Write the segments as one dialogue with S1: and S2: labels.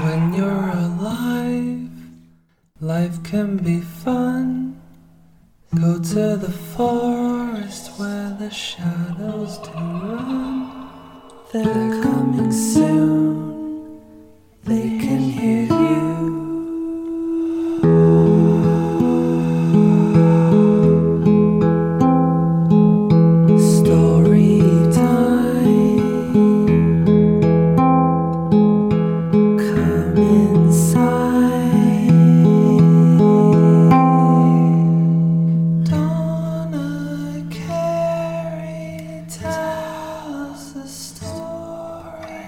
S1: When you're alive, life can be fun. Go to the forest where the shadows do run. They're coming soon, they can hear you. Story time. Come inside. Donna Carey tells the story.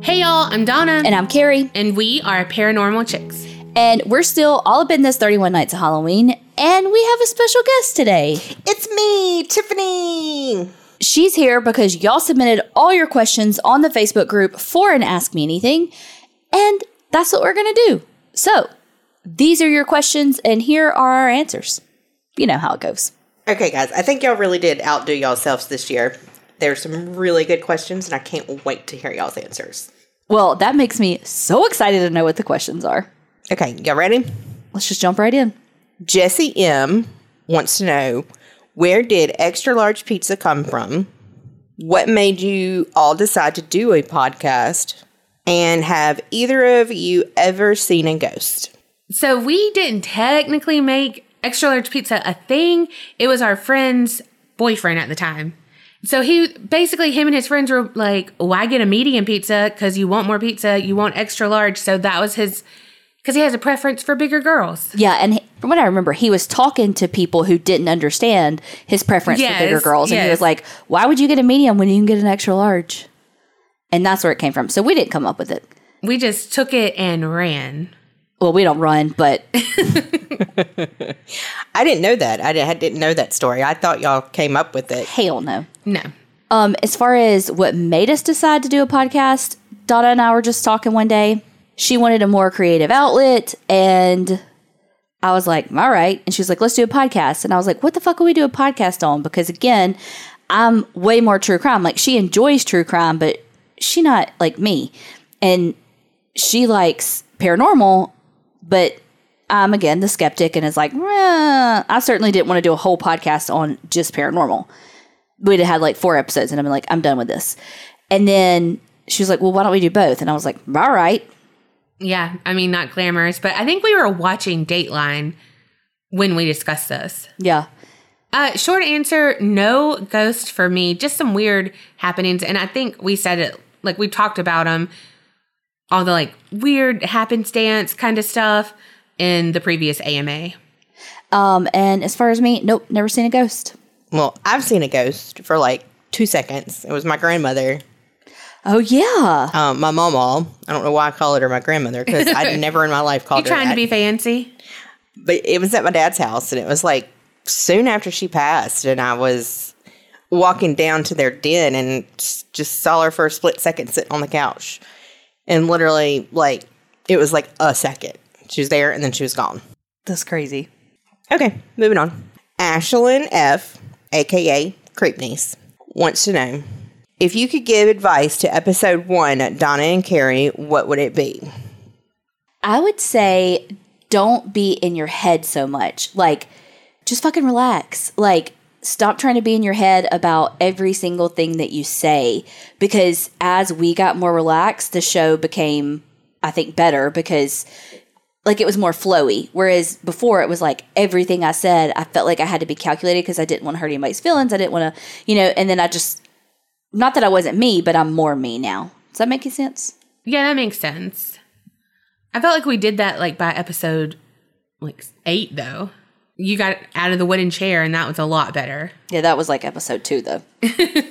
S2: Hey y'all, I'm Donna.
S3: And I'm Carrie.
S2: And we are Paranormal Chicks.
S3: And we're still all up in this 31 Nights of Halloween. And we have a special guest today.
S4: It's me, Tiffany.
S3: She's here because y'all submitted all your questions on the Facebook group for an Ask Me Anything. And that's what we're going to do. So these are your questions, and here are our answers. You know how it goes.
S4: Okay, guys, I think y'all really did outdo yourselves this year. There's some really good questions, and I can't wait to hear y'all's answers.
S3: Well, that makes me so excited to know what the questions are.
S4: Okay, y'all ready?
S3: Let's just jump right in.
S4: Jesse M wants to know where did extra large pizza come from? What made you all decide to do a podcast? And have either of you ever seen a ghost?
S2: So we didn't technically make extra large pizza a thing. It was our friend's boyfriend at the time. So he basically him and his friends were like, "Why get a medium pizza? Because you want more pizza, you want extra large." So that was his, because he has a preference for bigger girls.
S3: Yeah, and he- from what I remember, he was talking to people who didn't understand his preference
S2: Yes,
S3: for bigger girls, and he
S2: yes.
S3: was like, "Why would you get a medium when you can get an extra large?" And that's where it came from. So we didn't come up with it.
S2: We just took it and ran.
S3: Well, we don't run, but
S4: I didn't know that. I didn't, I didn't know that story. I thought y'all came up with it.
S3: hell no.
S2: No,
S3: Um, as far as what made us decide to do a podcast, Donna and I were just talking one day. She wanted a more creative outlet, and I was like, all right. And she's like, let's do a podcast. And I was like, what the fuck would we do a podcast on? Because again, I'm way more true crime. Like she enjoys true crime, but she not like me. And she likes paranormal, but I'm again the skeptic and is like, "Meh." I certainly didn't want to do a whole podcast on just paranormal we'd had like four episodes and I'm like, I'm done with this. And then she was like, Well, why don't we do both? And I was like, All right.
S2: yeah, I mean not glamorous, but I think we were watching Dateline when we discussed this.
S3: Yeah.
S2: Uh, short answer, no ghost for me. Just some weird happenings, and I think we said it like we talked about them, all the like weird happenstance kind of stuff in the previous AMA.
S3: Um, and as far as me, nope, never seen a ghost.
S4: Well, I've seen a ghost for like two seconds. It was my grandmother,
S3: Oh yeah.
S4: um, my mama. I don't know why I call it her my grandmother because I never in my life
S2: You
S4: called her
S2: trying
S4: that.
S2: to be fancy?
S4: but it was at my dad's house, and it was like soon after she passed, and I was walking down to their den and s- just saw her for a split second sitting on the couch, and literally like it was like a second. She was there, and then she was gone.
S3: That's crazy.
S4: Okay, moving on. Ashlyn F, aka Creepnies, wants to know if you could give advice to episode one, Donna and Carrie, what would it be?
S3: I would say don't be in your head so much. Like, just fucking relax. Like, stop trying to be in your head about every single thing that you say. Because as we got more relaxed, the show became, I think, better because, like, it was more flowy. Whereas before, it was like everything I said, I felt like I had to be calculated because I didn't want to hurt anybody's feelings. I didn't want to, you know, and then I just, not that I wasn't me, but I'm more me now. Does that make any sense?
S2: Yeah, that makes sense. I felt like we did that like by episode like eight though. You got out of the wooden chair, and that was a lot better.
S3: Yeah, that was like episode two, though. I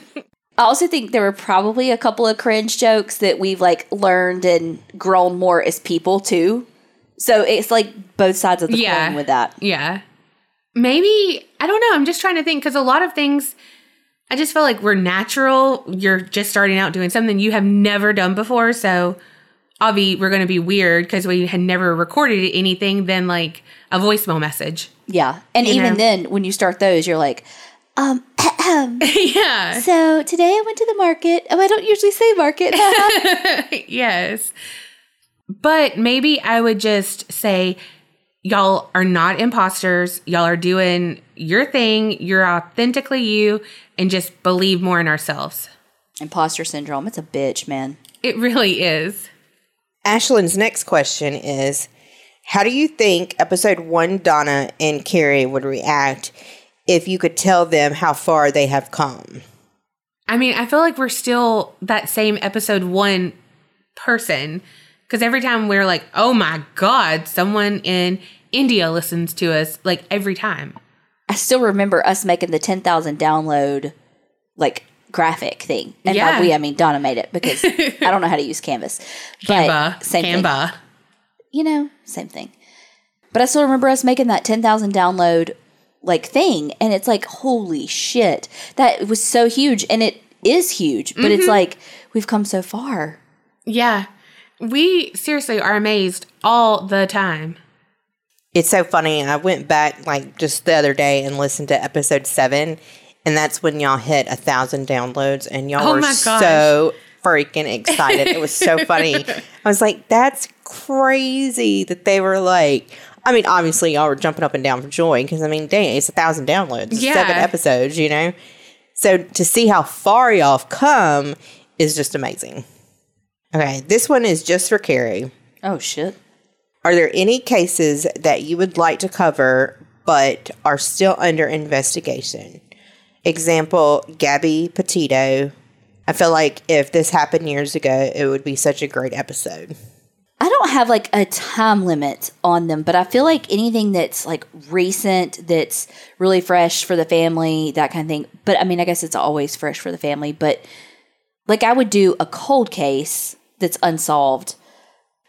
S3: also think there were probably a couple of cringe jokes that we've like learned and grown more as people too. So it's like both sides of the
S2: Yeah.
S3: coin with that.
S2: Yeah. Maybe, I don't know. I'm just trying to think because a lot of things, I just feel like we're natural. You're just starting out doing something you have never done before. So Avi were going to be weird because we had never recorded anything than like a voicemail message.
S3: Yeah. And even
S2: know.
S3: then, when you start those, you're like, um,
S2: yeah.
S3: so today I went to the market. Oh, I don't usually say market.
S2: yes. But maybe I would just say, y'all are not imposters. Y'all are doing your thing. You're authentically you, and just believe more in ourselves.
S3: Imposter syndrome. It's a bitch, man.
S2: It really is.
S4: Ashlyn's next question is How do you think episode one, Donna and Carrie would react if you could tell them how far they have come?
S2: I mean, I feel like we're still that same episode one person because every time we're like, oh my God, someone in India listens to us, like every time.
S3: I still remember us making the 10,000 download like graphic thing. And
S2: Yeah.
S3: by we, I mean Donna made it because I don't know how to use Canvas. But
S2: Canva.
S3: same thing.
S2: Canva.
S3: you know, same thing. But I still remember us making that 10,000 download like thing and it's like holy shit. That was so huge and it is huge, but
S2: Mm-hmm.
S3: it's like we've come so far.
S2: Yeah. We seriously are amazed all the time.
S4: It's so funny. I went back like just the other day and listened to episode seven, and that's when y'all hit a thousand downloads, and y'all
S2: Oh
S4: were
S2: my gosh.
S4: so freaking excited. it was so funny. I was like, "That's crazy!" That they were like. I mean, obviously, y'all were jumping up and down for joy because I mean, dang, it's a thousand downloads, It's
S2: Yeah.
S4: seven episodes, you know. So to see how far y'all have come is just amazing. Okay, this one is just for Carrie.
S3: Oh shit.
S4: Are there any cases that you would like to cover but are still under investigation? Example, Gabby Petito. I feel like if this happened years ago, it would be such a great episode.
S3: I don't have like a time limit on them, but I feel like anything that's like recent, that's really fresh for the family, that kind of thing. But I mean, I guess it's always fresh for the family, but like I would do a cold case that's unsolved.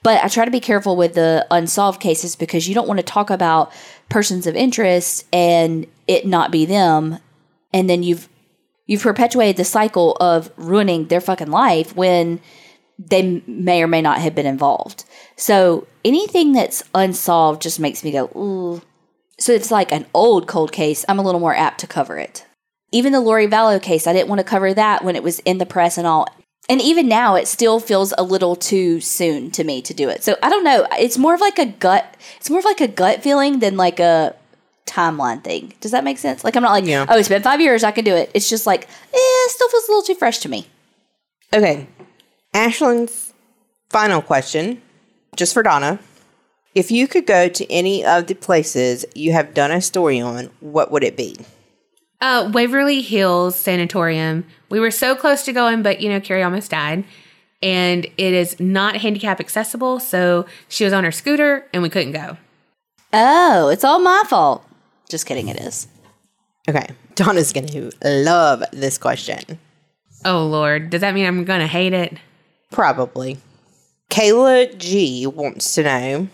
S3: But I try to be careful with the unsolved cases because you don't want to talk about persons of interest and it not be them. And then you've you've perpetuated the cycle of ruining their fucking life when they m- may or may not have been involved. So anything that's unsolved just makes me go, ooh. So if it's like an old cold case, I'm a little more apt to cover it. Even the Lori Vallow case, I didn't want to cover that when it was in the press and all. And even now, it still feels a little too soon to me to do it. So I don't know. It's more of like a gut. It's more of like a gut feeling than like a timeline thing. Does that make sense? Like I'm not like,
S4: Yeah.
S3: oh, it's been five years, I can do it. It's just like, eh, it still feels a little too fresh to me.
S4: Okay. Ashlyn's final question, just for Donna. If you could go to any of the places you have done a story on, what would it be?
S2: Uh, Waverly Hills Sanatorium. We were so close to going, but you know, Carrie almost died. And it is not handicap accessible, so she was on her scooter and we couldn't go.
S3: Oh, it's all my fault. Just kidding, it is.
S4: Okay. Donna's going to love this question.
S2: Oh Lord, does that mean I'm gonna hate it?
S4: Probably. Kayla G wants to know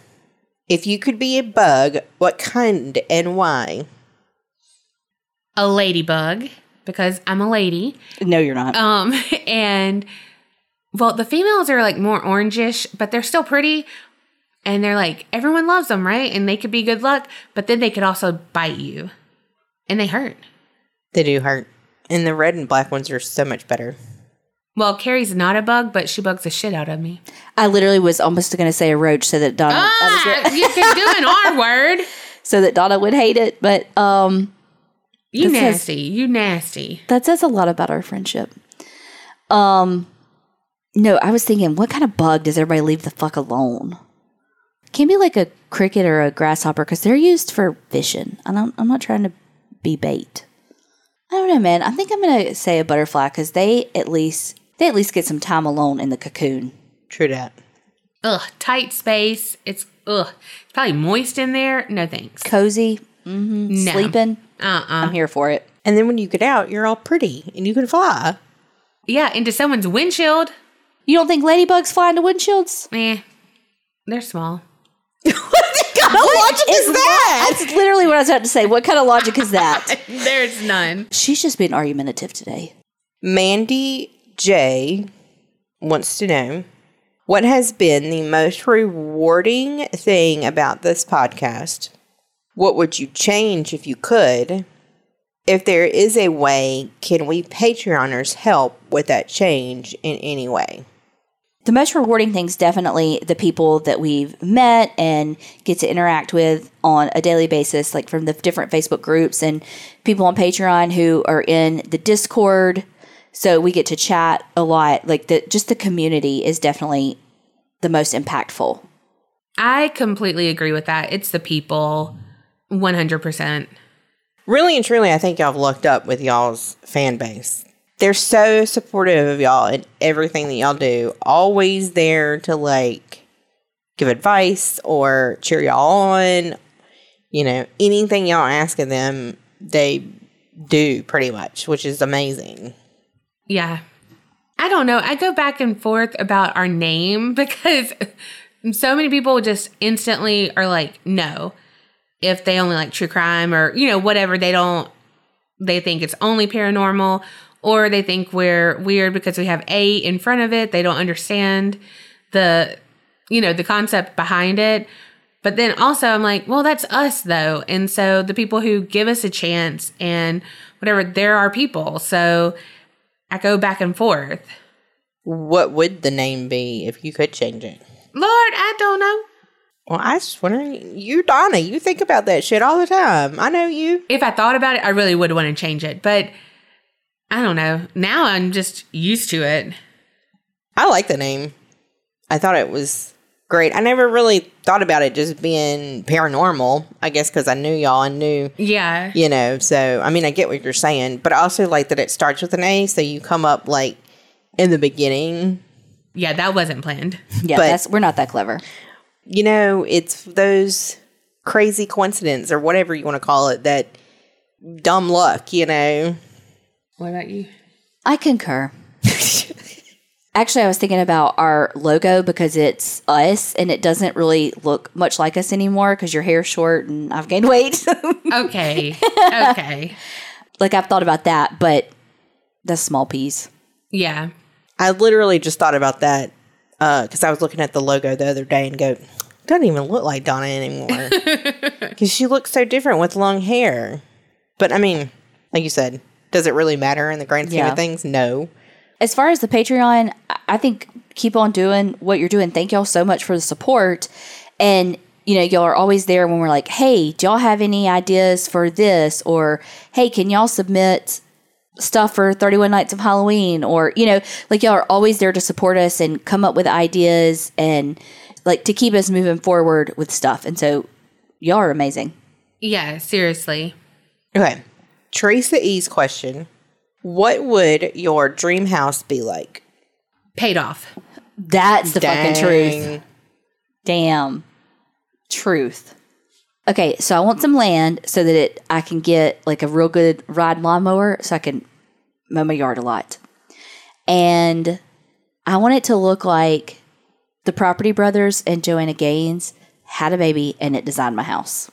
S4: if you could be a bug, what kind and why?
S2: A ladybug, because I'm a lady.
S3: No, you're not.
S2: Um, and well, the females are like more orangish, but they're still pretty. And they're like, everyone loves them, right? And they could be good luck, but then they could also bite you and they hurt.
S4: They do hurt. And the red and black ones are so much better.
S2: Well, Carrie's not a bug, but she bugs the shit out of me.
S3: I literally was almost going to say a roach so that Donna Oh, that was
S2: Ah,
S3: it.
S2: you could do an R word.
S3: so that Donna would hate it, but um
S2: You
S3: This is-
S2: nasty. you nasty.
S3: that says a lot about our friendship. Um no, I was thinking what kind of bug does everybody leave the fuck alone? Can't be like a cricket or a grasshopper cuz they're used for fishing. I don't I'm not trying to be bait. I don't know, man. I think I'm going to say a butterfly cuz they at least they at least get some time alone in the cocoon.
S4: True that.
S2: Ugh, tight space. It's ugh. It's probably moist in there. No thanks.
S3: cozy, hmm
S4: Mm-hmm.
S2: No.
S3: sleeping.
S2: Uh uh
S3: I'm here for it.
S4: And then when you get out, you're all pretty and you can fly.
S2: Yeah, into someone's windshield.
S3: You don't think ladybugs fly into windshields?
S2: Eh, they're small.
S3: What
S4: logic is that?
S3: That's literally what I was about to say. What kind of logic is that?
S2: There's none.
S3: She's just being argumentative today.
S4: Mandy J wants to know What has been the most rewarding thing about this podcast? What would you change if you could? If there is a way, can we Patreoners help with that change in any way?
S3: The most rewarding thing's definitely the people that we've met and get to interact with on a daily basis, like from the different Facebook groups and people on Patreon who are in the Discord. So we get to chat a lot. Like the just the community is definitely the most impactful.
S2: I completely agree with that. It's the people, 100%.
S4: Really and truly, I think y'all have lucked up with y'all's fan base. They're so supportive of y'all and everything that y'all do. Always there to like give advice or cheer y'all on. You know, anything y'all ask of them, they do pretty much, which is amazing.
S2: Yeah. I don't know. I go back and forth about our name because so many people just instantly are like, no, if they only like true crime or, you know, whatever, they don't, they think it's only paranormal or they think we're weird because we have A in front of it. They don't understand the, you know, the concept behind it. But then also, I'm like, well, that's us though. And so the people who give us a chance and whatever, they're our people. So, I go back and forth.
S4: What would the name be if you could change it?
S2: Lord, I don't know.
S4: Well, I was just wondering, you, Donna, you think about that shit all the time. I know you.
S2: If I thought about it, I really would want to change it, but I don't know. Now I'm just used to it.
S4: I like the name. I thought it was great. I never really thought about it just being paranormal, I guess, because I knew y'all and knew,
S2: Yeah.
S4: you know. So, I mean, I get what you're saying, but I also like that it starts with an A, so you come up like in the beginning
S2: Yeah, that wasn't planned.
S3: Yeah,
S4: But-
S3: that's we're not that clever.
S4: you know, it's those crazy coincidence or whatever you want to call it that dumb luck, you know.
S2: What about you?
S3: I concur. Actually, I was thinking about our logo because it's us and it doesn't really look much like us anymore because your hair's short and I've gained weight.
S2: Okay. okay.
S3: like, I've thought about that, but that's small peas.
S2: Yeah.
S4: I literally just thought about that because I was looking at the logo the other day and go, doesn't even look like Donna anymore because she looks so different with long hair. But I mean, like you said, does it really matter in the grand scheme
S3: Yeah.
S4: of things? No.
S3: As far as the Patreon, I- I think keep on doing what you're doing. Thank y'all so much for the support. And, you know, y'all are always there when we're like, hey, do y'all have any ideas for this? Or, hey, can y'all submit stuff for 31 Nights of Halloween? Or, you know, like y'all are always there to support us and come up with ideas and like to keep us moving forward with stuff. And so y'all are amazing.
S2: Yeah, seriously.
S4: Okay. Teresa E's question What would your dream house be like?
S2: Paid off.
S3: That's the fucking truth.
S4: Dang.
S3: Damn. Truth. Okay, so I want some land so that it I can get like a real good ride lawnmower so I can mow my yard a lot. And I want it to look like the Property Brothers and Joanna Gaines had a baby and it designed my house.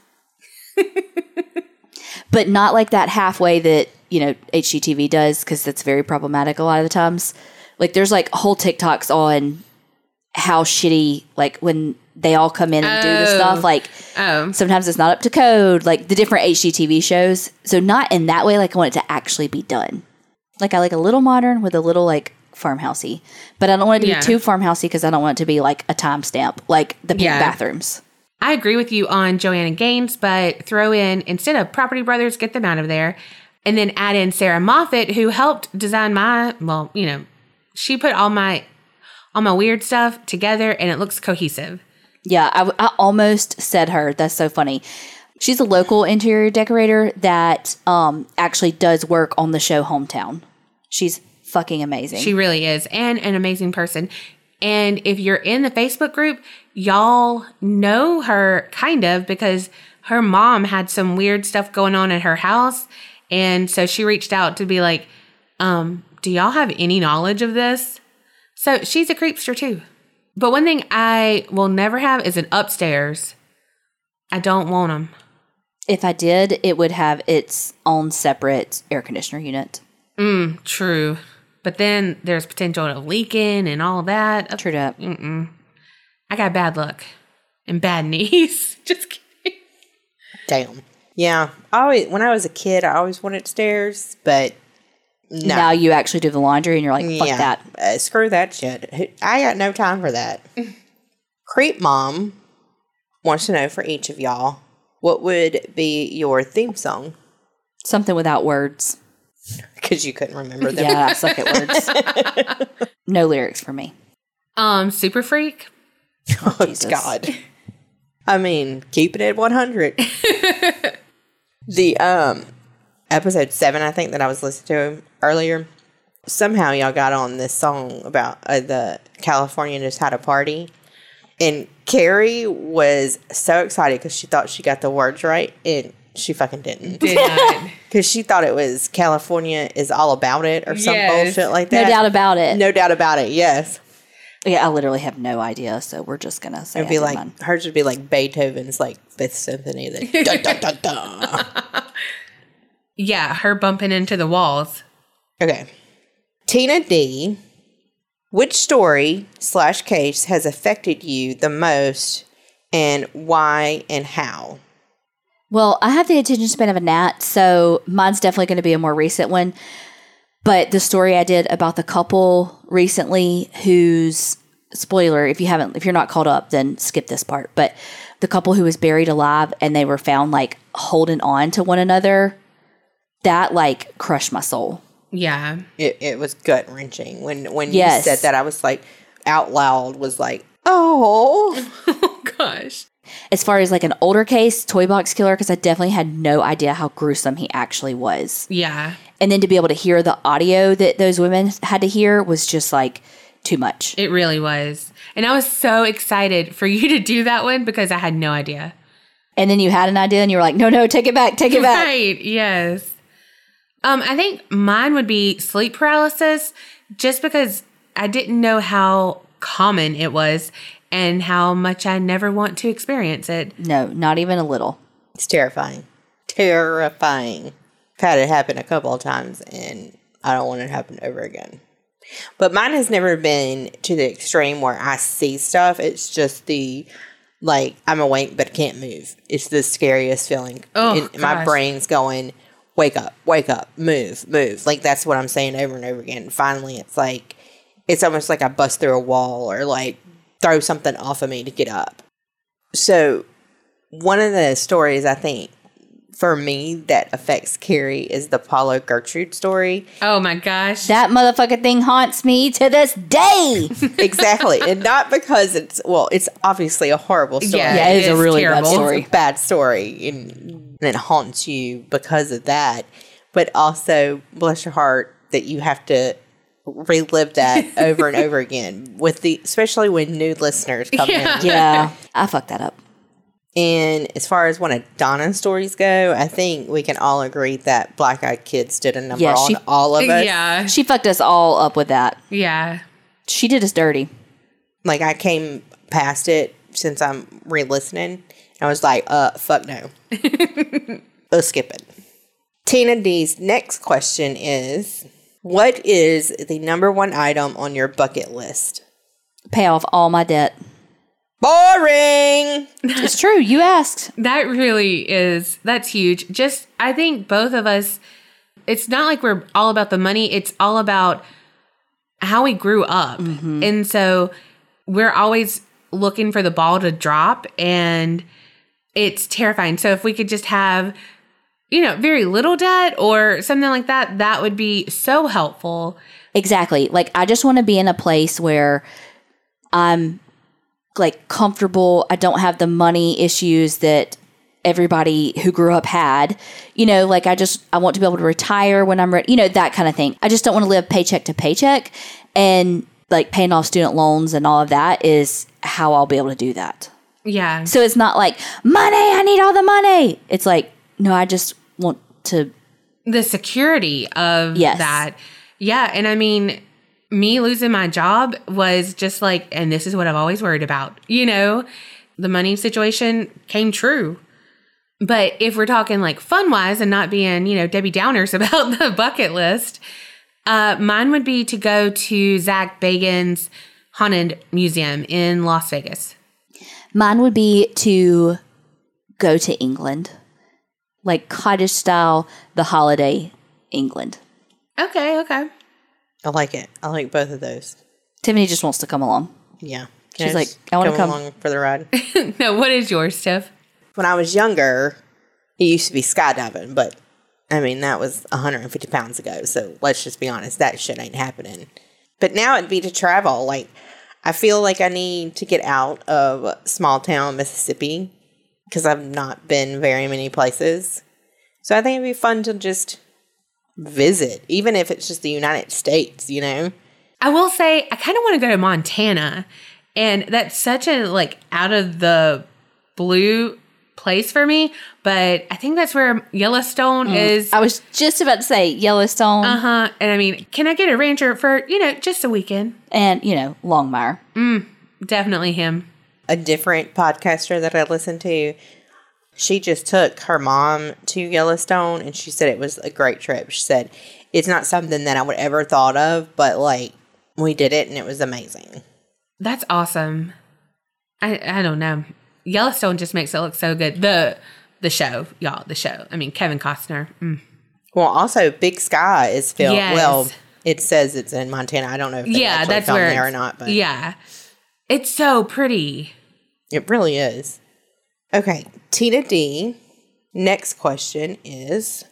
S3: but not like that halfway that, you know, HGTV does cuz that's very problematic a lot of the times. Like there's like whole TikToks on how shitty like when they all come in and do the
S2: Oh.
S3: stuff like
S2: Oh,
S3: sometimes it's not up to code like the different hgtv shows so not in that way like i want it to actually be done like i like a little modern with a little like farmhousey but i don't want it to
S2: Yeah.
S3: be too farmhousey because i don't want it to be like a timestamp like the pink
S2: Yeah.
S3: bathrooms
S2: I agree with you on Joanna Gaines, but throw in instead of Property Brothers, get them out of there, and then add in Sarah Moffat, who helped design my. Well, you know, she put all my all my weird stuff together, and it looks cohesive.
S3: Yeah, I, w- I almost said her. That's so funny. She's a local interior decorator that um, actually does work on the show Hometown. She's fucking amazing.
S2: She really is, and an amazing person. And if you're in the Facebook group, y'all know her kind of because her mom had some weird stuff going on at her house. And so she reached out to be like, um, Do y'all have any knowledge of this? So she's a creepster too. But one thing I will never have is an upstairs. I don't want them.
S3: if I did, it would have its own separate air conditioner unit.
S2: Mm, true. But then there's potential of leaking and all that.
S3: True up.
S2: I got bad luck and bad knees. Just kidding.
S4: Damn. Yeah. I always, when I was a kid, I always wanted stairs, but no.
S3: Now you actually do the laundry and you're like, fuck
S4: yeah.
S3: that.
S4: Uh, screw that shit. Who- I got no time for that. Creep Mom wants to know for each of y'all what would be your theme song?
S3: Something without words.
S4: Because you couldn't remember them.
S3: Yeah, I suck at words. no lyrics for me.
S2: Um, super freak.
S4: Oh,
S3: Jesus.
S4: God. I mean, keeping it 100. the um episode 7 I think that I was listening to earlier somehow y'all got on this song about uh, the California just had a party and Carrie was so excited cuz she thought she got the words right and she fucking didn't
S2: Did not.
S4: cuz she thought it was California is all about it or some
S2: Yes.
S4: bullshit like
S3: No
S4: that.
S3: doubt about it.
S4: No doubt about it. Yes.
S3: Yeah, I literally have no idea, so we're just gonna say
S4: It'd be
S3: I did
S4: like
S3: mine.
S4: hers would be like Beethoven's like Fifth Symphony. Like, da, da, da, da.
S2: yeah, her bumping into the walls.
S4: Okay, Tina D. Which story slash case has affected you the most, and why and how?
S3: Well, I have the attention span of a gnat, so mine's definitely going to be a more recent one. But the story I did about the couple recently, whose spoiler, if you haven't, if you're not caught up, then skip this part. But the couple who was buried alive and they were found like holding on to one another, that like crushed my soul.
S2: Yeah.
S4: It, it was gut wrenching when when
S3: Yes.
S4: you said that. I was like out loud was like, oh,
S2: Oh gosh.
S3: As far as like an older case, Toy Box Killer, because I definitely had no idea how gruesome he actually was.
S2: Yeah.
S3: and then to be able to hear the audio that those women had to hear was just like too much.
S2: It really was. And I was so excited for you to do that one because I had no idea.
S3: And then you had an idea and you were like, no, no, take it back, take it back.
S2: Right. Yes. Um, I think mine would be sleep paralysis just because I didn't know how common it was and how much I never want to experience it.
S3: No, not even a little.
S4: it's terrifying, terrifying. I've had it happen a couple of times, and I don't want it to happen ever again. But mine has never been to the extreme where I see stuff. It's just the like I'm awake but I can't move. It's the scariest feeling.
S2: Oh,
S4: And my
S2: gosh.
S4: brain's going, wake up, wake up, move, move. Like that's what I'm saying over and over again. Finally, it's like it's almost like I bust through a wall or like throw something off of me to get up. So one of the stories I think for me that affects Carrie is the Paulo Gertrude story.
S2: Oh my gosh.
S3: That motherfucking thing haunts me to this day.
S4: exactly. And not because it's well, it's obviously a horrible story.
S2: yeah,
S3: Yeah, it is a really bad
S4: It's
S3: story.
S4: a bad story and, and it haunts you because of that. But also, bless your heart that you have to relive that over and over again with the especially when new listeners come in.
S3: yeah, I fucked that up.
S4: And as far as one of Donna's stories go, I think we can all agree that Black Eyed Kids did a number
S3: Yeah,
S4: on
S3: she-
S4: all of us.
S2: Yeah.
S3: She fucked us all up with that.
S2: Yeah.
S3: She did us dirty.
S4: like I came past it since I'm re-listening. I was like, uh, fuck no. uh, skip it. Tina D's next question is, what is the number one item on your bucket list?
S3: Pay off all my debt.
S4: Boring.
S3: It's true. You asked.
S2: That really is that's huge. Just I think both of us it's not like we're all about the money, it's all about how we grew up.
S3: Mm-hmm.
S2: And so we're always looking for the ball to drop and it's terrifying. So if we could just have you know, very little debt or something like that, that would be so helpful.
S3: Exactly. Like I just want to be in a place where I'm like comfortable. I don't have the money issues that everybody who grew up had. You know, like I just I want to be able to retire when I'm ready, you know, that kind of thing. I just don't want to live paycheck to paycheck and like paying off student loans and all of that is how I'll be able to do that.
S2: Yeah.
S3: So it's not like money, I need all the money. It's like no, I just want to
S2: the security of
S3: Yes.
S2: that. Yeah. And I mean, me losing my job was just like, and this is what I've always worried about. You know, the money situation came true. But if we're talking like fun wise and not being, you know, Debbie Downers about the bucket list, Uh, mine would be to go to Zach Bagan's Haunted Museum in Las Vegas.
S3: Mine would be to go to England, like cottage style, the holiday England.
S2: Okay, okay.
S4: I like it. I like both of those.
S3: Tiffany just wants to come along.
S4: Yeah.
S3: She's like,
S4: just
S3: "I wanna come."
S4: along for the ride.
S2: No, what is yours, Steph?
S4: when I was younger, it used to be skydiving, but I mean, that was 150 pounds ago. So let's just be honest, that shit ain't happening. But now it'd be to travel. Like, I feel like I need to get out of small town Mississippi because I've not been very many places. So I think it'd be fun to just visit, even if it's just the United States, you know?
S2: I will say I kind of want to go to Montana, and that's such a like out of the blue place for me. But I think that's where Yellowstone
S4: Mm.
S2: is.
S3: I was just about to say Yellowstone
S2: Uh huh. And I mean, can I get a rancher for you know just a weekend?
S3: and, you know, Longmire.
S2: Definitely him.
S4: a different podcaster that I listened to. She just took her mom to Yellowstone and she said it was a great trip. She said it's not something that I would ever thought of, but like we did it and it was amazing.
S2: That's awesome. I I don't know. Yellowstone just makes it look so good. The the show, y'all, the show. I mean, Kevin Costner. Mm.
S4: Well, also Big Sky is filmed.
S2: Yes.
S4: Well, it says it's in Montana. I don't know if they
S2: Yeah,
S4: actually
S2: that's
S4: filmed
S2: where
S4: there or
S2: it's-
S4: not, but
S2: Yeah, it's so pretty.
S4: it really is. Okay, Tina D. Next question is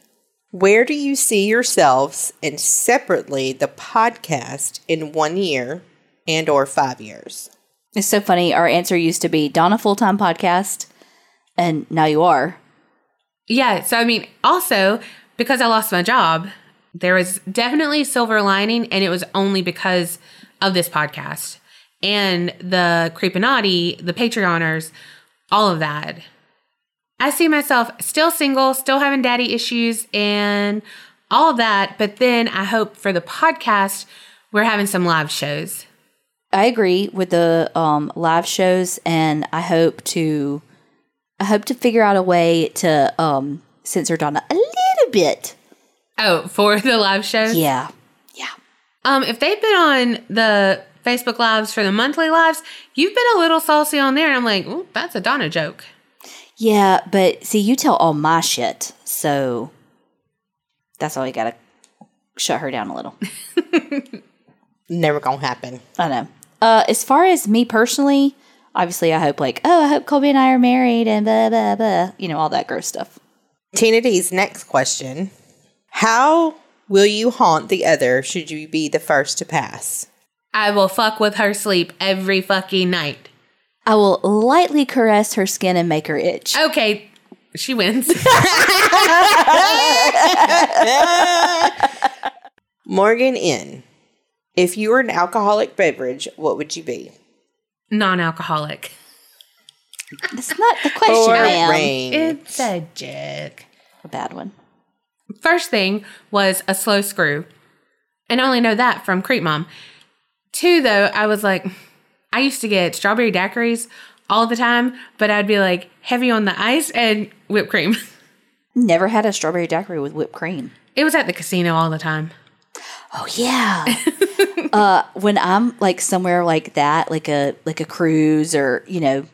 S4: Where do you see yourselves and separately the podcast in one year and or five years?
S3: It's so funny. Our answer used to be Donna full time podcast, and now you are.
S2: Yeah. So, I mean, also because I lost my job, there was definitely silver lining, and it was only because of this podcast and the Creepinati, the Patreoners, all of that. I see myself still single, still having daddy issues, and all that. But then I hope for the podcast, we're having some live shows.
S3: I agree with the um, live shows, and I hope to, I hope to figure out a way to um, censor Donna a little bit.
S2: Oh, for the live shows?
S3: Yeah,
S2: Um, if they've been on the Facebook lives for the monthly lives, you've been a little saucy on there, and I'm like, Ooh, that's a Donna joke.
S3: yeah. But see, you tell all my shit, so that's why we gotta shut her down a little.
S4: Never gonna happen.
S3: I know. Uh, as far as me personally, obviously, I hope like, oh, I hope Colby and I are married, and blah blah blah, you know, all that gross stuff.
S4: Tina D's next question. How will you haunt the other should you be the first to pass?
S2: I will fuck with her sleep every fucking night.
S3: I will lightly caress her skin and make her itch.
S2: Okay, she wins.
S4: Morgan N. If you were an alcoholic beverage, what would you be?
S2: Non-alcoholic.
S3: That's not the question, ma'am.
S4: Rain.
S2: It's a joke.
S3: A bad one.
S2: First thing was a slow screw, and I only know that from Creep Mom. Two though, I was like, I used to get strawberry daiquiris all the time, but I'd be like heavy on the ice and whipped cream.
S3: Never had a strawberry daiquiri with whipped cream.
S2: It was at the casino all the time.
S3: Oh yeah. uh, when I'm like somewhere like that, like a like a cruise or you know,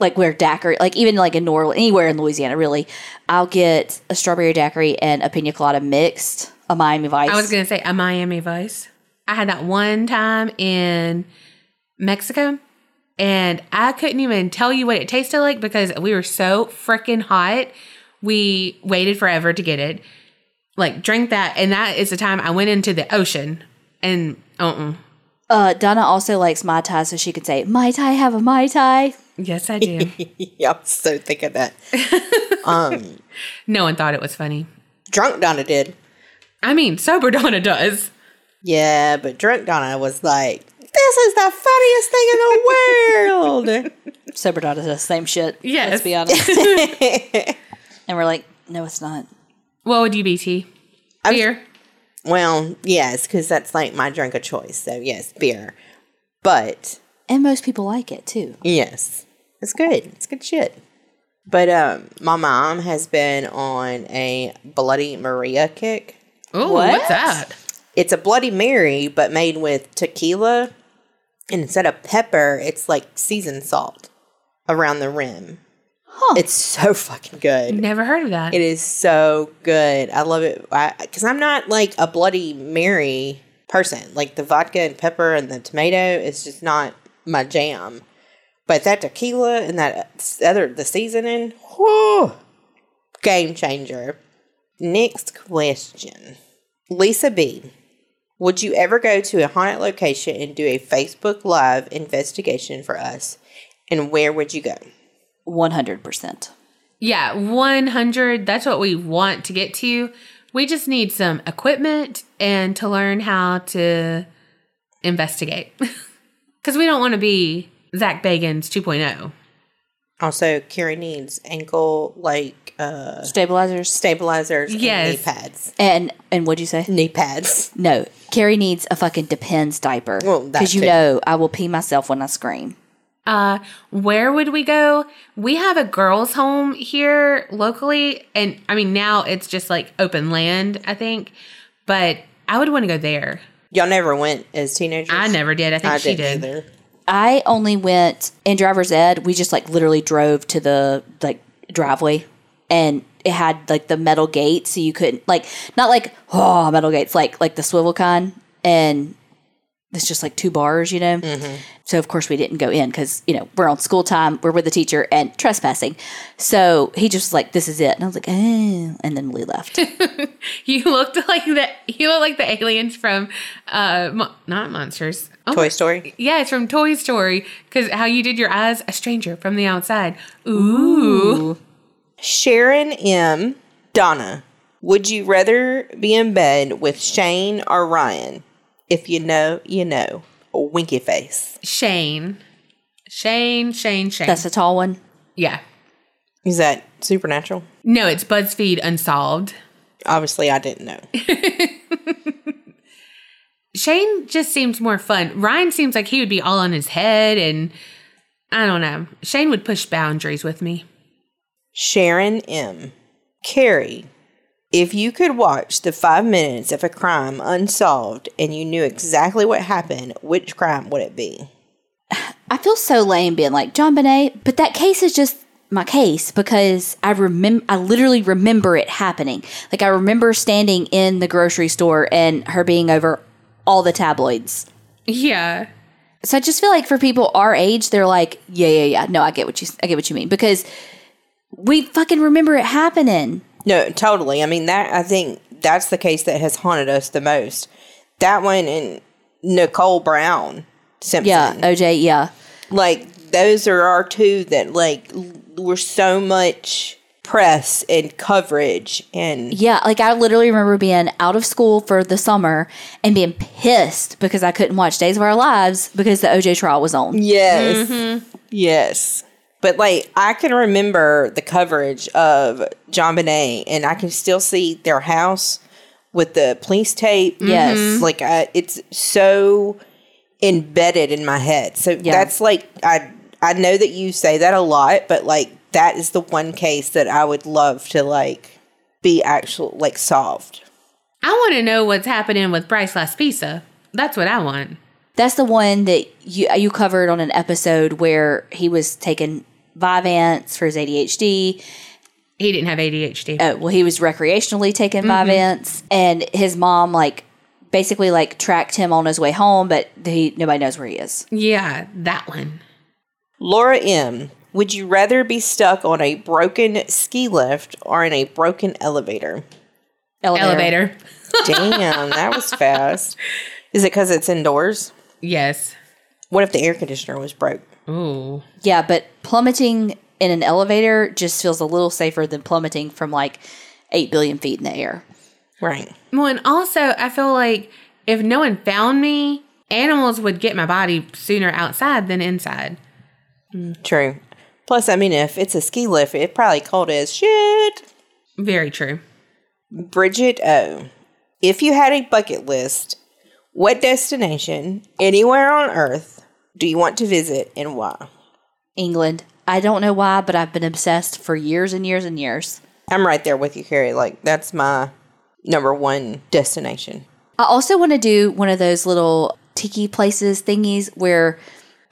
S3: like where daiquiri, like even like in New Orleans, anywhere in Louisiana, really, I'll get a strawberry daiquiri and a pina colada mixed, a Miami Vice.
S2: I was gonna say a Miami Vice. I had that one time in Mexico, and I couldn't even tell you what it tasted like because we were so freaking hot. We waited forever to get it. Like drink that, and that is the time I went into the ocean. And uh, uh
S3: uh, Donna also likes mai tai, so she could say mai tai have a mai tai.
S2: yes, I do.
S4: yeah, I'm so thick of that.
S2: no one thought it was funny.
S4: Drunk Donna did.
S2: I mean, sober Donna does.
S4: Yeah, but Drunk Donna was like, this is the funniest thing in the world.
S3: Sober Donna does the same shit.
S2: Yes.
S3: let's be honest. and we're like, no, it's not.
S2: What would you be, T? Beer.
S4: well, yes, because that's like my drink of choice. So, yes, beer. But
S3: And most people like it too.
S4: Yes. It's good. It's good shit. But um my mom has been on a Bloody Maria kick.
S2: Oh,
S3: What?
S2: what's that?
S4: It's a Bloody Mary, but made with tequila. And instead of pepper, it's like seasoned salt around the rim. It's so fucking good.
S2: Never heard of that.
S4: It is so good. I love it because I'm not like a Bloody Mary person. Like the vodka and pepper and the tomato is just not my jam. But that tequila and that other the seasoning, whew, game changer. Next question, Lisa B. Would you ever go to a haunted location and do a Facebook Live investigation for us? And where would you go?
S3: 100%.
S2: Yeah, 100. That's what we want to get to. We just need some equipment and to learn how to investigate. Because we don't want to be Zach Bagans oh. 2.0.
S4: Also, Carrie needs ankle like uh,
S3: Stabilizers.
S4: stabilizers and knee
S2: Yes.
S4: pads.
S3: And and what'd you say?
S4: Knee pads.
S3: No, Carrie needs a fucking Depends diaper.
S4: Well, that
S3: Because you
S4: too.
S3: know I will pee myself when I scream.
S2: Uh, where would we go? We have a girls' home here locally, and I mean now it's just like open land, I think. But I would want to go there.
S4: Y'all never went as teenagers.
S2: I never did. I think
S4: I
S2: she
S4: didn't
S2: did.
S4: either.
S3: I only went in driver's ed. We just like literally drove to the like driveway, and it had like the metal gate, so you couldn't like not like oh metal gates like like the swivel kind, and it's just like two bars, you know.
S4: Mm-hmm.
S3: So of course we didn't go in because you know we're on school time, we're with the teacher and trespassing. So he just was like, "This is it," and I was like, "Oh," and then we left.
S2: You looked like the you look like the aliens from uh mo- not monsters. Oh
S4: Toy Story.
S2: Yeah, it's from Toy Story because how you did your eyes, a stranger from the outside. Ooh.
S4: Sharon M. Donna. Would you rather be in bed with Shane or Ryan? If you know, you know. A winky face.
S2: Shane. Shane, Shane, Shane.
S3: That's a tall one.
S2: yeah.
S4: Is that supernatural?
S2: No, it's BuzzFeed Unsolved.
S4: Obviously, I didn't know.
S2: Shane just seems more fun. Ryan seems like he would be all on his head and I don't know. Shane would push boundaries with me.
S4: Sharon M. Carrie, if you could watch the five minutes of a crime unsolved and you knew exactly what happened, which crime would it be?
S3: I feel so lame being like John Bonet, but that case is just my case because I remember I literally remember it happening. Like I remember standing in the grocery store and her being over all the tabloids.
S2: Yeah.
S3: So I just feel like for people our age, they're like, yeah, yeah, yeah. No, I get what you I get what you mean because we fucking remember it happening.
S4: No, totally. I mean that I think that's the case that has haunted us the most. That one and Nicole Brown Simpson.
S3: Yeah, OJ, yeah.
S4: Like those are our two that like l- were so much press and coverage and
S3: Yeah, like I literally remember being out of school for the summer and being pissed because I couldn't watch Days of Our Lives because the OJ trial was on.
S4: Yes. Yes. But like I can remember the coverage of John Bonet and I can still see their house with the police tape.
S3: Yes. Mhm.
S4: Like I, it's so embedded in my head. So that's like I I know that you say that a lot, but like that is the one case that I would love to like be actual like solved.
S2: I want to know what's happening with Bryce Laspisa. That's what I want.
S3: That's the one that you you covered on an episode where he was taking Vyvanse for his ADHD.
S2: He didn't have ADHD.
S3: Uh, well, he was recreationally taking
S2: Mm-hmm.
S3: Vyvanse, and his mom like basically like tracked him on his way home, but he nobody knows where he is.
S2: yeah, that one.
S4: Laura M, would you rather be stuck on a broken ski lift or in a broken elevator?
S3: Oh,
S2: Elevator.
S4: Damn, that was fast. Is it because it's indoors?
S2: Yes.
S4: What if the air conditioner was broke?
S2: Ooh.
S3: Yeah, but plummeting in an elevator just feels a little safer than plummeting from like eight billion feet in the air.
S4: Right.
S2: Well, and also, I feel like if no one found me, animals would get my body sooner outside than inside.
S4: True. Plus, I mean, if it's a ski lift, it probably cold as shit.
S2: Very true.
S4: Bridget O. If you had a bucket list, what destination anywhere on earth do you want to visit and why?
S3: England. I don't know why, but I've been obsessed for years and years and years.
S4: I'm right there with you, Carrie. Like, that's my number one destination.
S3: I also want to do one of those little tiki places thingies where,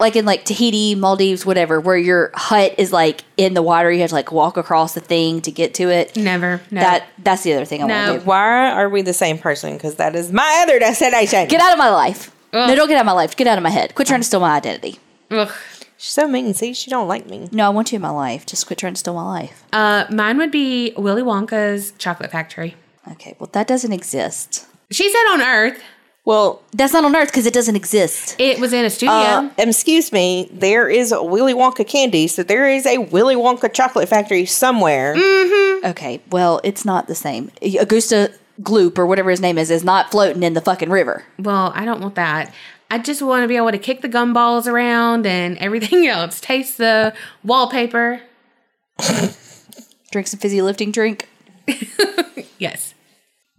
S3: like in like Tahiti, Maldives, whatever, where your hut is like in the water. You have to like walk across the thing to get to it.
S2: Never. No.
S3: That that's the other thing I want
S2: No.
S3: to do.
S4: Why are we the same person? Because that is my other destination.
S3: Get out of my life. No,
S2: Ugh.
S3: don't get out of my life. Get out of my head. Quit trying to steal my identity.
S2: Ugh.
S4: She's so mean. See, she don't like me.
S3: No, I want you in my life. Just quit trying to steal my life.
S2: Uh, mine would be Willy Wonka's Chocolate Factory.
S3: Okay, well that doesn't exist.
S2: She said on Earth
S4: Well,
S3: That's not on Earth because it doesn't exist.
S2: it was in a studio.
S4: uh, excuse me. There is a Willy Wonka candy, so there is a Willy Wonka chocolate factory somewhere.
S3: Okay, well it's not the same. Augusta Gloop or whatever his name is is not floating in the fucking river.
S2: well, I don't want that. I just want to be able to kick the gumballs around and everything else. Taste the wallpaper.
S3: Drink some fizzy lifting drink.
S2: Yes.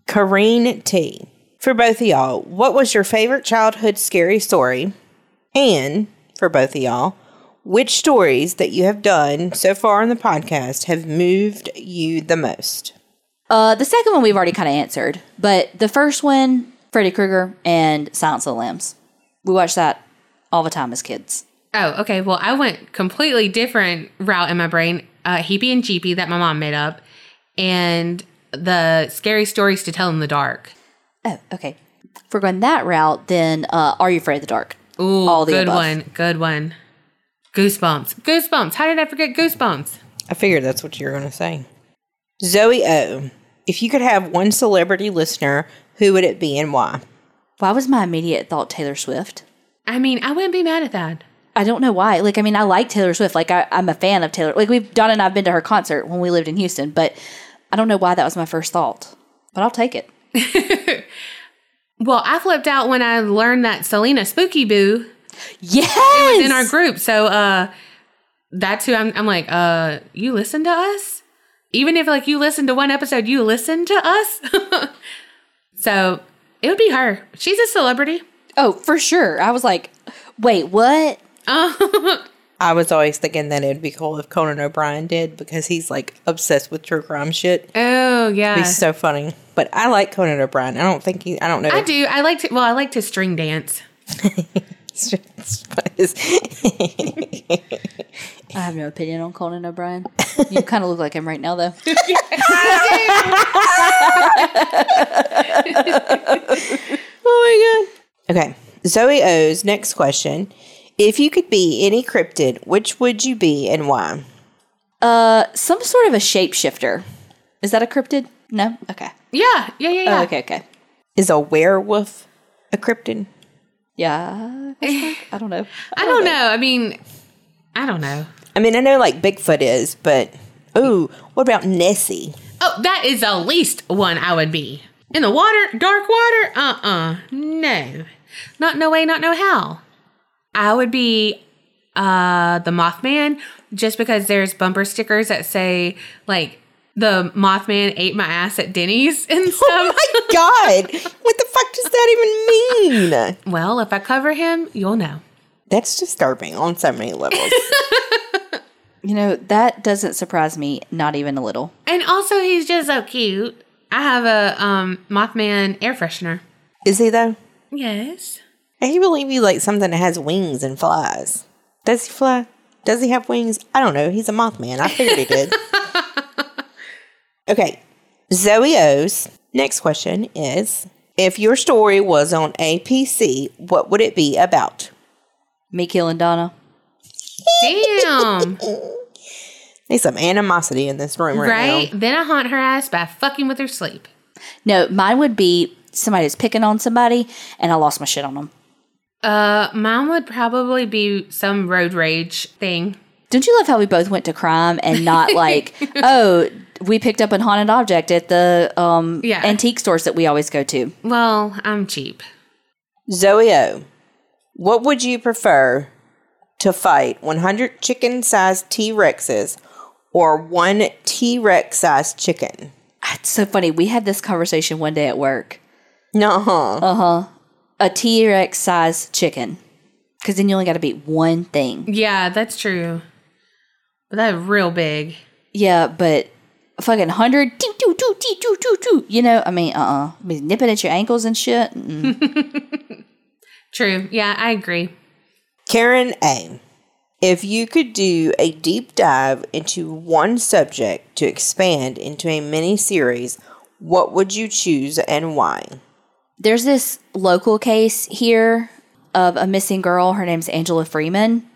S4: Corrine T. For both of y'all, what was your favorite childhood scary story? And for both of y'all, which stories that you have done so far on the podcast have moved you the most?
S3: Uh, the second one we've already kind of answered, but the first one, Freddy Krueger and Silence of the Lambs. We watched that all the time as kids.
S2: Oh, okay. Well, I went completely different route in my brain. Uh, Heepy and Jeepy that my mom made up, and the scary stories to tell in the dark.
S3: Oh, okay. If we're going that route, then uh, Are You Afraid of the Dark?
S2: Ooh,
S3: All the
S2: good
S3: above.
S2: one. Good one. Goosebumps. Goosebumps. How did I forget goosebumps?
S4: I figured that's what you were going to say. Zoe O. If you could have one celebrity listener, who would it be and why?
S3: Why was my immediate thought Taylor Swift?
S2: I mean, I wouldn't be mad at that.
S3: I don't know why. Like, I mean, I like Taylor Swift. Like, I, I'm a fan of Taylor. Like, we've Donna and I've been to her concert when we lived in Houston, but I don't know why that was my first thought. But I'll take it.
S2: Well, I flipped out when I learned that Selena Spooky Boo
S3: Yes,
S2: in our group. So uh that's who I'm I'm like, uh, you listen to us? Even if like you listen to one episode, you listen to us. so it would be her. She's a celebrity.
S3: oh, for sure. I was like, wait, what?
S4: I was always thinking that it'd be cool if Conan O'Brien did because he's like obsessed with true crime shit.
S2: Oh yeah.
S4: He's so funny. But I like Conan O'Brien. I don't think he, I don't know.
S2: I do. I like to well, I like to string dance.
S3: I have no opinion on Conan O'Brien. You kind of look like him right now, though.
S4: oh my god. Okay. Zoe O's next question. If you could be any cryptid, which would you be and why?
S3: Uh, some sort of a shapeshifter. Is that a cryptid? No. Okay.
S2: Yeah, yeah, yeah, yeah.
S3: Oh, okay. Okay.
S4: Is a werewolf a cryptid?
S3: Yeah. I don't know.
S2: I don't know. I mean, I don't know.
S4: I mean, I know like Bigfoot is, but ooh, what about Nessie?
S2: Oh, that is the least one I would be. In the water, dark water? Uh uh No. Not no way, not no how. I would be uh the Mothman just because there's bumper stickers that say like the Mothman ate my ass at Denny's and stuff.
S4: God, what the fuck does that even mean?
S2: well, if I cover him, you'll know.
S4: That's disturbing on so many levels.
S3: You know that doesn't surprise me, not even a little.
S2: And also he's just so cute. I have a um Mothman air freshener.
S4: Is he though?
S2: Yes.
S4: And he believe you like something that has wings and flies. Does he fly? Does he have wings? I don't know. He's a mothman. I figured he did. okay. Zoe O's next question is if your story was on APC, what would it be about?
S3: Me killing Donna.
S2: Damn.
S4: There's some animosity in this room right,
S2: right?
S4: now.
S2: Then I haunt her ass by fucking with her sleep.
S3: No, mine would be somebody who's picking on somebody, and I lost my shit on them.
S2: Uh, mine would probably be some road rage thing.
S3: Don't you love how we both went to crime and not like, oh, we picked up a haunted object at the um,
S2: Yeah.
S3: antique stores that we always go to?
S2: Well, I'm cheap.
S4: Zoe O, what would you prefer to fight 100 chicken sized T Rexes or one T Rex sized chicken?
S3: It's so funny. We had this conversation one day at work.
S4: No.
S3: A T Rex size chicken, because then you only got to beat one thing.
S2: Yeah, that's true. But that's real big.
S3: Yeah, but fucking hundred, doo, doo, doo, doo, doo, doo, doo, you know, I mean, uh, uh be nipping at your ankles and shit. Mm.
S2: True. Yeah, I agree.
S4: Karen A. If you could do a deep dive into one subject to expand into a mini series, what would you choose and why?
S3: There's this local case here of a missing girl. Her name's Angela Freeman,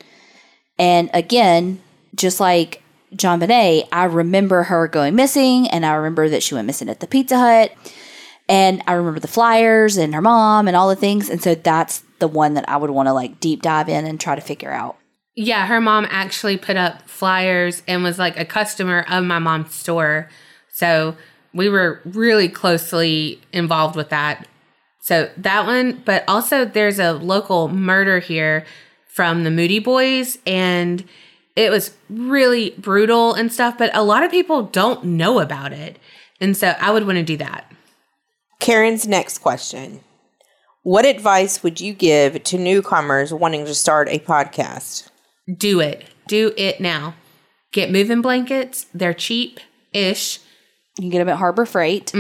S3: and again, just like John Bonet, I remember her going missing, and I remember that she went missing at the Pizza Hut. and I remember the flyers and her mom and all the things. And so that's the one that I would want to like deep dive in and try to figure out.
S2: Yeah, her mom actually put up flyers and was like a customer of my mom's store. So we were really closely involved with that. So that one, but also there's a local murder here from the Moody Boys, and it was really brutal and stuff, but a lot of people don't know about it. And so I would want to do that.
S4: Karen's next question What advice would you give to newcomers wanting to start a podcast?
S2: Do it. Do it now. Get moving blankets. They're cheap ish.
S3: You can get them at Harbor Freight.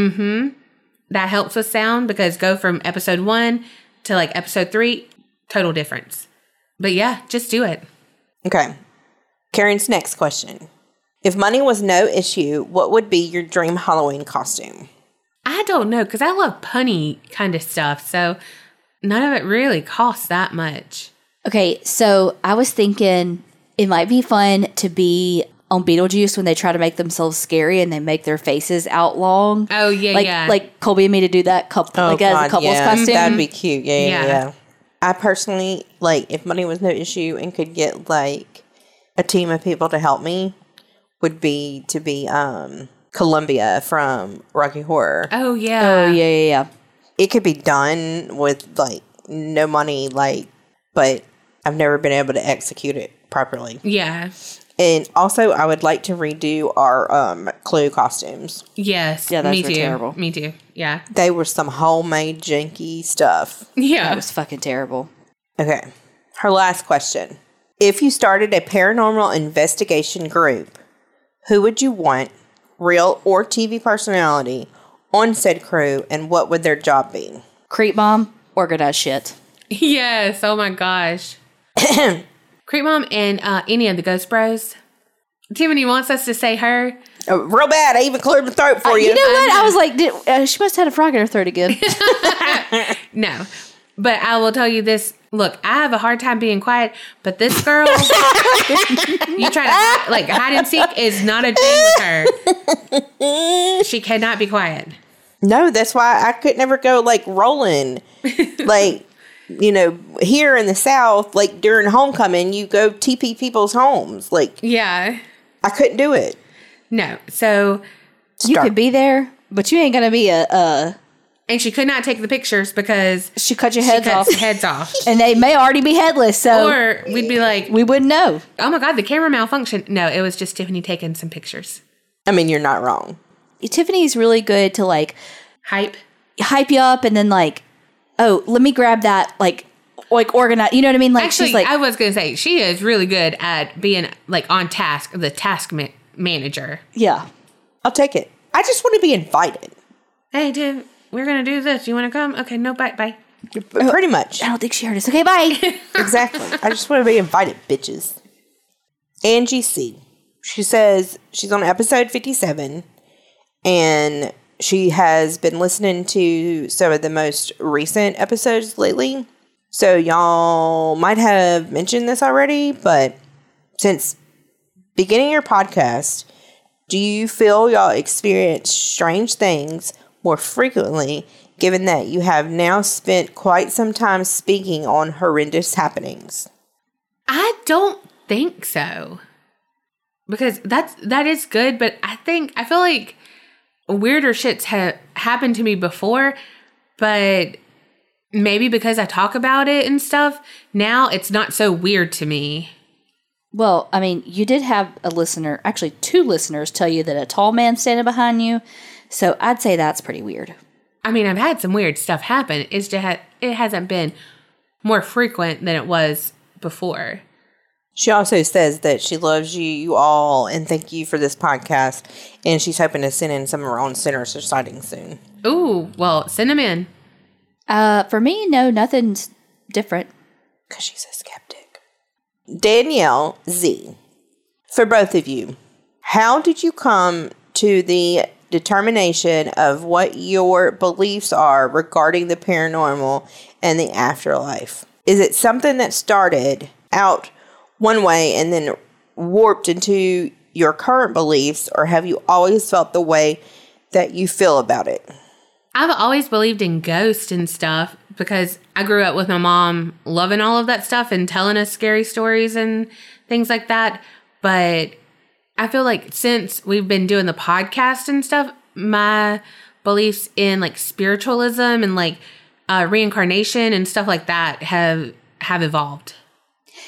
S2: that helps with sound because go from episode one to like episode three, total difference. But yeah, just do it.
S4: Okay. Karen's next question If money was no issue, what would be your dream Halloween costume?
S2: I don't know because I love punny kind of stuff. So none of it really costs that much.
S3: Okay, so I was thinking it might be fun to be on Beetlejuice when they try to make themselves scary and they make their faces out long.
S2: Oh, yeah,
S3: like,
S2: yeah.
S3: Like Colby and me to do that couple, like as a couple's
S4: Oh, yeah.
S3: costume.
S4: That'd be cute. Yeah, yeah,
S2: Yeah.
S4: yeah, yeah. I personally like if money was no issue and could get like a team of people to help me would be to be um Columbia from Rocky Horror.
S2: Oh,
S3: oh
S2: yeah.
S3: yeah, yeah, yeah.
S4: It could be done with like no money, like but I've never been able to execute it properly.
S2: Yeah.
S4: And also I would like to redo our um clue costumes.
S2: Yes.
S3: Yeah, those
S2: me
S3: were
S2: too.
S3: terrible.
S2: Me too. Yeah.
S4: They were some homemade janky stuff.
S3: That
S2: Yeah.
S3: was fucking terrible.
S4: Okay. Her last question. If you started a paranormal investigation group, who would you want, real or TV personality, on said crew, and what would their job be?
S3: Creep bomb, organized shit.
S2: Yes. Oh my gosh. Creep Mom and uh, any of the Ghost Bros. Tiffany wants us to say her.
S4: Uh, real bad. I even cleared my throat for you.
S3: Uh, You know what? I was like, did, uh, she must have had a frog in her throat again.
S2: No. But I will tell you this. Look, I have a hard time being quiet, but this girl, you try to like hide and seek is not a thing with her. She cannot be quiet.
S4: no, that's why I could never go like rolling. like, you know, here in the South, like during homecoming, you go TP people's homes. Like,
S2: Yeah.
S4: I couldn't do it.
S2: No. So,
S3: you could be there, but you ain't gonna be a. Uh,
S2: and she could not take the pictures because
S3: she cut your
S2: she
S3: heads
S2: cuts
S3: off,
S2: heads off.
S3: and they may already be headless. So
S2: Or we'd be like,
S3: we wouldn't know.
S2: oh my God, the camera malfunctioned. No, it was just Tiffany taking some pictures.
S4: I mean, you're not wrong.
S3: Tiffany's really good to like
S2: Hype.
S3: hype you up and then like, oh, let me grab that like like organize. You know what I mean? Like
S2: Actually,
S3: she's like,
S2: I was going to say, she is really good at being like on task, the task ma- manager.
S3: yeah,
S4: I'll take it. I just want to be invited.
S2: hey, dude, we're gonna do this. You wanna come? Okay, no, bye, bye.
S4: Pretty much.
S3: I don't think she heard us. Okay, bye.
S4: Exactly. I just want to be invited, bitches. Angie C. She says she's on episode 57 and she has been listening to some of the most recent episodes lately. So, y'all might have mentioned this already, but since beginning your podcast, do you feel y'all experience strange things more frequently, given that you have now spent quite some time speaking on horrendous happenings?
S2: I don't think so. Because that's that is good, but I think I feel like weirder shits have happened to me before, but maybe because I talk about it and stuff, now it's not so weird to me.
S3: well, I mean, you did have a listener, actually two listeners, tell you that a tall man standing behind you. So I'd say that's pretty weird.
S2: I mean, I've had some weird stuff happen. It's just it hasn't been more frequent than it was before.
S4: She also says that she loves you, you all, and thank you for this podcast. And she's hoping to send in some of her own sinners for sightings soon.
S2: Ooh, well, send them in.
S3: Uh, for me, no, nothing's different.
S4: because she's a skeptic. Danielle Z, for both of you, how did you come to the determination of what your beliefs are regarding the paranormal and the afterlife? Is it something that started out one way and then warped into your current beliefs, or have you always felt the way that you feel about it?
S2: I've always believed in ghosts and stuff because I grew up with my mom loving all of that stuff and telling us scary stories and things like that. But I feel like since we've been doing the podcast and stuff, my beliefs in like spiritualism and like uh, reincarnation and stuff like that have have evolved.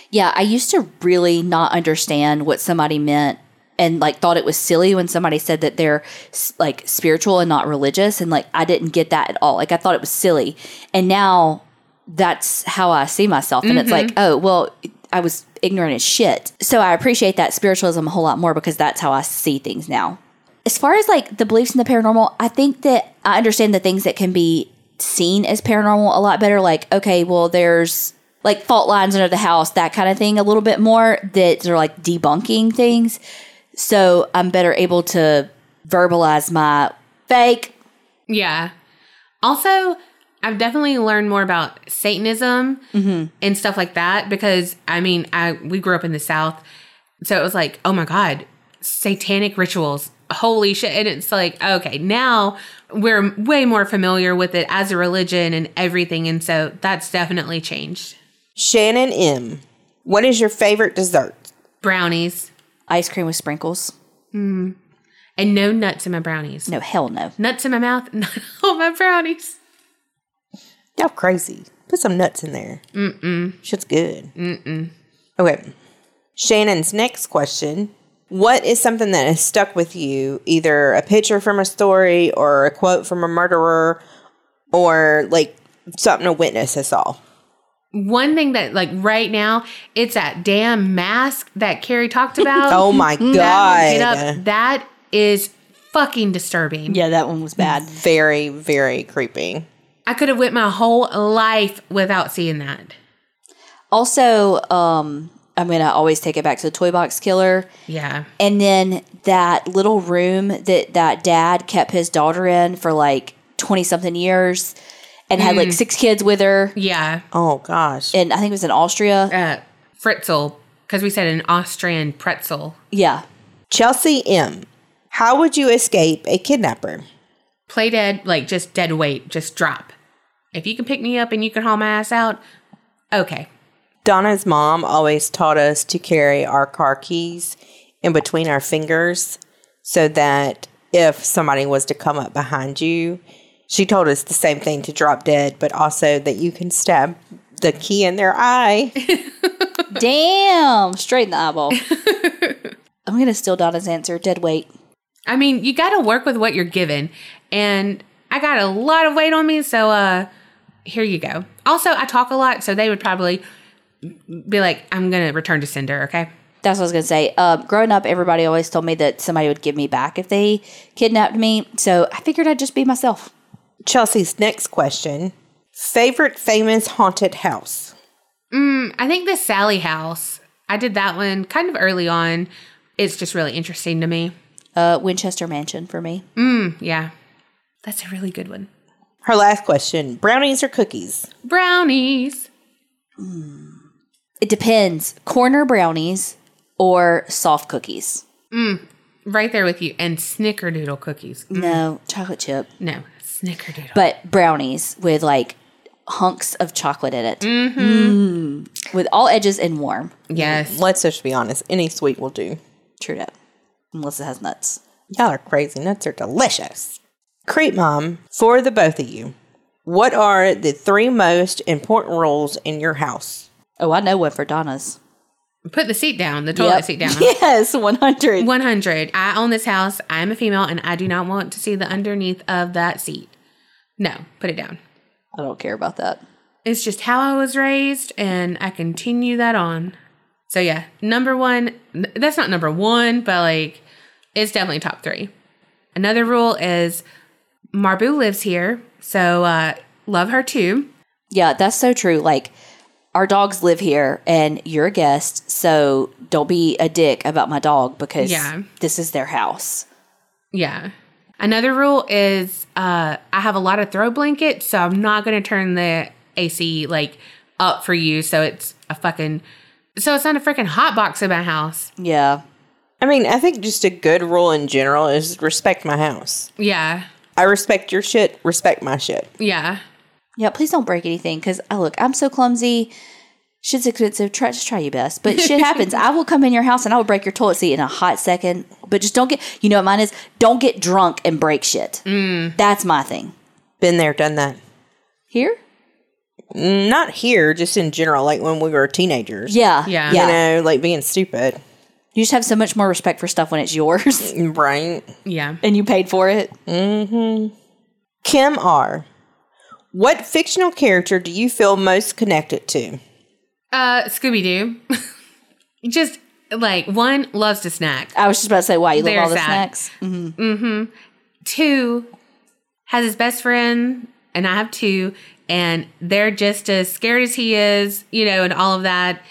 S3: Yeah, I used to really not understand what somebody meant and like thought it was silly when somebody said that they're s- like spiritual and not religious and like I didn't get that at all. Like I thought it was silly. And now that's how I see myself and it's like, "Oh, well, I was ignorant as shit." So I appreciate that spiritualism a whole lot more because that's how I see things now. As far as like the beliefs in the paranormal, I think that I understand the things that can be seen as paranormal a lot better. Like, okay, well, there's like fault lines under the house, that kind of thing, a little bit more that are like debunking things. So I'm better able to verbalize my fake.
S2: Yeah. Also, I've definitely learned more about Satanism and stuff like that because I mean, I we grew up in the South, so it was like, oh my god, satanic rituals, holy shit! And it's like, okay, now we're way more familiar with it as a religion and everything, and so that's definitely changed.
S4: Shannon M, what is your favorite dessert?
S2: Brownies
S3: Ice cream with sprinkles.
S2: and no nuts in my brownies.
S3: No, hell no.
S2: Nuts in my mouth, not on my brownies.
S4: Y'all crazy. Put some nuts in there. Mm-mm. Shit's good. Mm-mm. Okay. Shannon's next question. What is something that has stuck with you? Either a picture from a story or a quote from a murderer or like something a witness has saw.
S2: one thing that like right now it's that damn mask that carrie talked about
S4: Oh my
S2: That- get
S4: god.
S2: up. that is fucking disturbing
S3: Yeah, that one was bad.
S4: Very, very creepy.
S2: i could have went my whole life without seeing that
S3: Also, um, I'm going to always take it back to the toy box killer.
S2: yeah
S3: And then that little room that that dad kept his daughter in for like 20 something years and had like six kids with her.
S2: yeah
S4: Oh gosh.
S3: And I think it was in Austria.
S2: uh fritzel because we said an austrian pretzel
S3: Yeah.
S4: Chelsea M. How would you escape a kidnapper?
S2: play dead like just dead weight just drop if you can pick me up and you can haul my ass out okay
S4: Donna's mom always taught us to carry our car keys in between our fingers so that if somebody was to come up behind you, she told us the same thing to drop dead, but also that you can stab the key in their eye.
S3: Damn. Straight in the eyeball. I'm going to steal Donna's answer. Dead weight.
S2: I mean, you got to work with what you're given. And I got a lot of weight on me, so uh here you go. Also, I talk a lot, so they would probably be like, "I'm going to return to sender, okay?"
S3: That's what I was going to say. Uh, growing up, everybody always told me that somebody would give me back if they kidnapped me. So I figured I'd just be myself.
S4: Chelsea's next question Favorite famous haunted house?
S2: Mm, I think the Sally house. I did that one kind of early on. It's just really interesting to me.
S3: Uh, Winchester Mansion for me.
S2: Yeah. That's a really good one.
S4: Her last question brownies or cookies?
S2: Brownies.
S3: It depends corner brownies or soft cookies.
S2: Right there with you and snickerdoodle cookies.
S3: No, chocolate chip.
S2: No, snickerdoodle.
S3: but brownies with like hunks of chocolate in it, mm-hmm. with all edges and warm.
S2: yes.
S4: Let's just be honest, any sweet will do.
S3: True that, unless it has nuts.
S4: Y'all are crazy. Nuts are delicious. Creep Mom, for the both of you, what are the three most important rules in your house?
S3: Oh, I know one for Donna's.
S2: Put the seat down, the toilet seat down.
S3: yes, one hundred.
S2: 100. I own this house. I'm a female and I do not want to see the underneath of that seat. No, put it down.
S3: I don't care about that.
S2: It's just how I was raised and I continue that on. So yeah, number one, n- that's not number one, but like it's definitely top three. Another rule is Marbu lives here, so uh, love her too.
S3: Yeah, that's so true. Like, our dogs live here and you're a guest, so don't be a dick about my dog because
S2: Yeah.
S3: this is their house.
S2: Yeah. Another rule is uh, I have a lot of throw blankets, so I'm not going to turn the AC like up for you. So it's a fucking, so it's not a freaking hot box in my house.
S3: Yeah.
S4: I mean, I think just a good rule in general is respect my house.
S2: Yeah.
S4: I respect your shit, respect my shit.
S2: Yeah.
S3: Yeah, please don't break anything because I look, I'm so clumsy. Shit's expensive. Try just try your best, but shit happens. I will come in your house and I will break your toilet seat in a hot second. But just don't get. You know what mine is? Don't get drunk and break shit.
S2: Mm.
S3: That's my thing.
S4: Been there, done that.
S3: Here?
S4: Not here, just in general, like when we were teenagers.
S3: Yeah.
S2: Yeah.
S3: Yeah.
S4: You know, like being stupid.
S3: You just have so much more respect for stuff when it's yours
S4: Right.
S2: Yeah.
S3: and you paid for it.
S4: Kim R. What fictional character do you feel most connected to?
S2: Uh, Scooby Doo. Just like one loves to snack.
S3: I was just about to say, why you love
S2: There's
S3: all the
S2: that.
S3: snacks? Mm-hmm.
S2: Two has his best friend, and I have two, and they're just as scared as he is, you know, and all of that.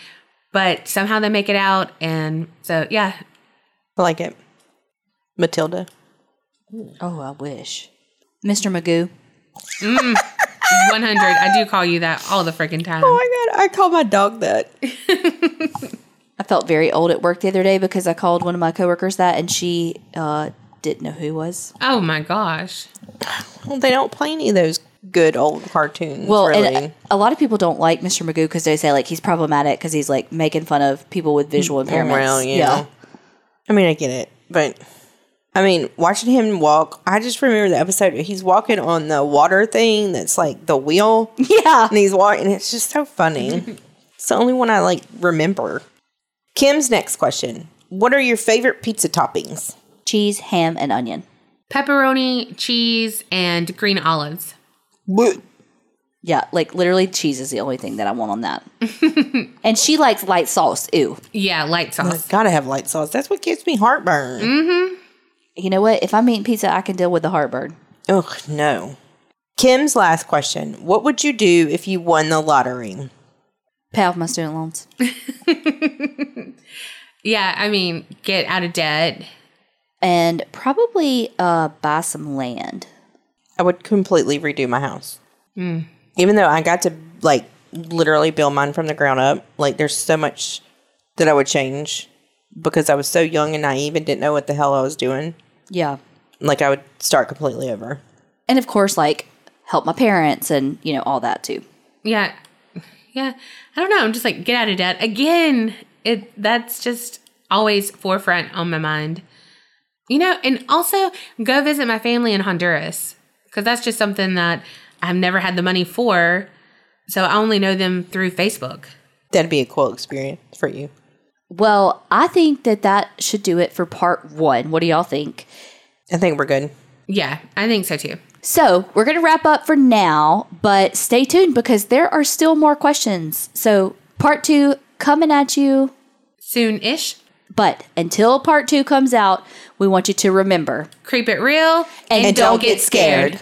S2: But somehow they make it out. And so, yeah,
S4: I like it. Matilda.
S3: Oh, I wish. Mr. Magoo.
S2: 100. I do call you that all the freaking time.
S4: Oh my god, I call my dog that.
S3: I felt very old at work the other day because I called one of my coworkers that and she uh, didn't know who it was.
S2: Oh my gosh.
S4: Well, they don't play any of those good old cartoons.
S3: Well,
S4: really.
S3: and a lot of people don't like Mr. Magoo because they say like he's problematic because he's like making fun of people with visual impairments.
S4: Mm, Well, yeah. I mean, I get it, but I mean, watching him walk, I just remember the episode where he's walking on the water thing that's like the wheel, and
S3: yeah, yeah.
S4: he's walking. and It's just so funny. it's the only one I like remember. Kim's next question: What are your favorite pizza toppings?
S3: Cheese, ham, and onion.
S2: Pepperoni, cheese, and green olives.
S4: What?
S3: Yeah, like literally cheese is the only thing that I want on that. and she likes light sauce. Ew.
S2: Yeah, light sauce.
S4: Gotta have light sauce. That's what gives me heartburn.
S3: You know what? If I'm eating pizza, I can deal with the heartburn.
S4: Ugh, no. Kim's last question: What would you do if you won the lottery?
S3: Pay off my student loans.
S2: Yeah, I mean, get out of debt.
S3: And probably uh, buy some land.
S4: I would completely redo my house.
S3: Hmm.
S4: Even though I got to like literally build mine from the ground up, like there's so much that I would change because I was so young and naive and didn't know what the hell I was doing.
S3: Yeah.
S4: Like I would start completely over.
S3: And of course, like help my parents and, you know, all that too.
S2: Yeah. Yeah. I don't know. I'm just like, get out of debt. Again, it that's just always forefront on my mind. You know, and also go visit my family in Honduras. Cause that's just something that I've never had the money for. So I only know them through Facebook.
S4: That'd be a cool experience for you.
S3: Well, I think that that should do it for part one. What do y'all think?
S4: I think we're good.
S2: Yeah, I think so too.
S3: So we're going to wrap up for now, but stay tuned because there are still more questions. So part two coming at you.
S2: Soon ish.
S3: But until part two comes out, we want you to remember
S2: Creep it real
S3: And don't get scared.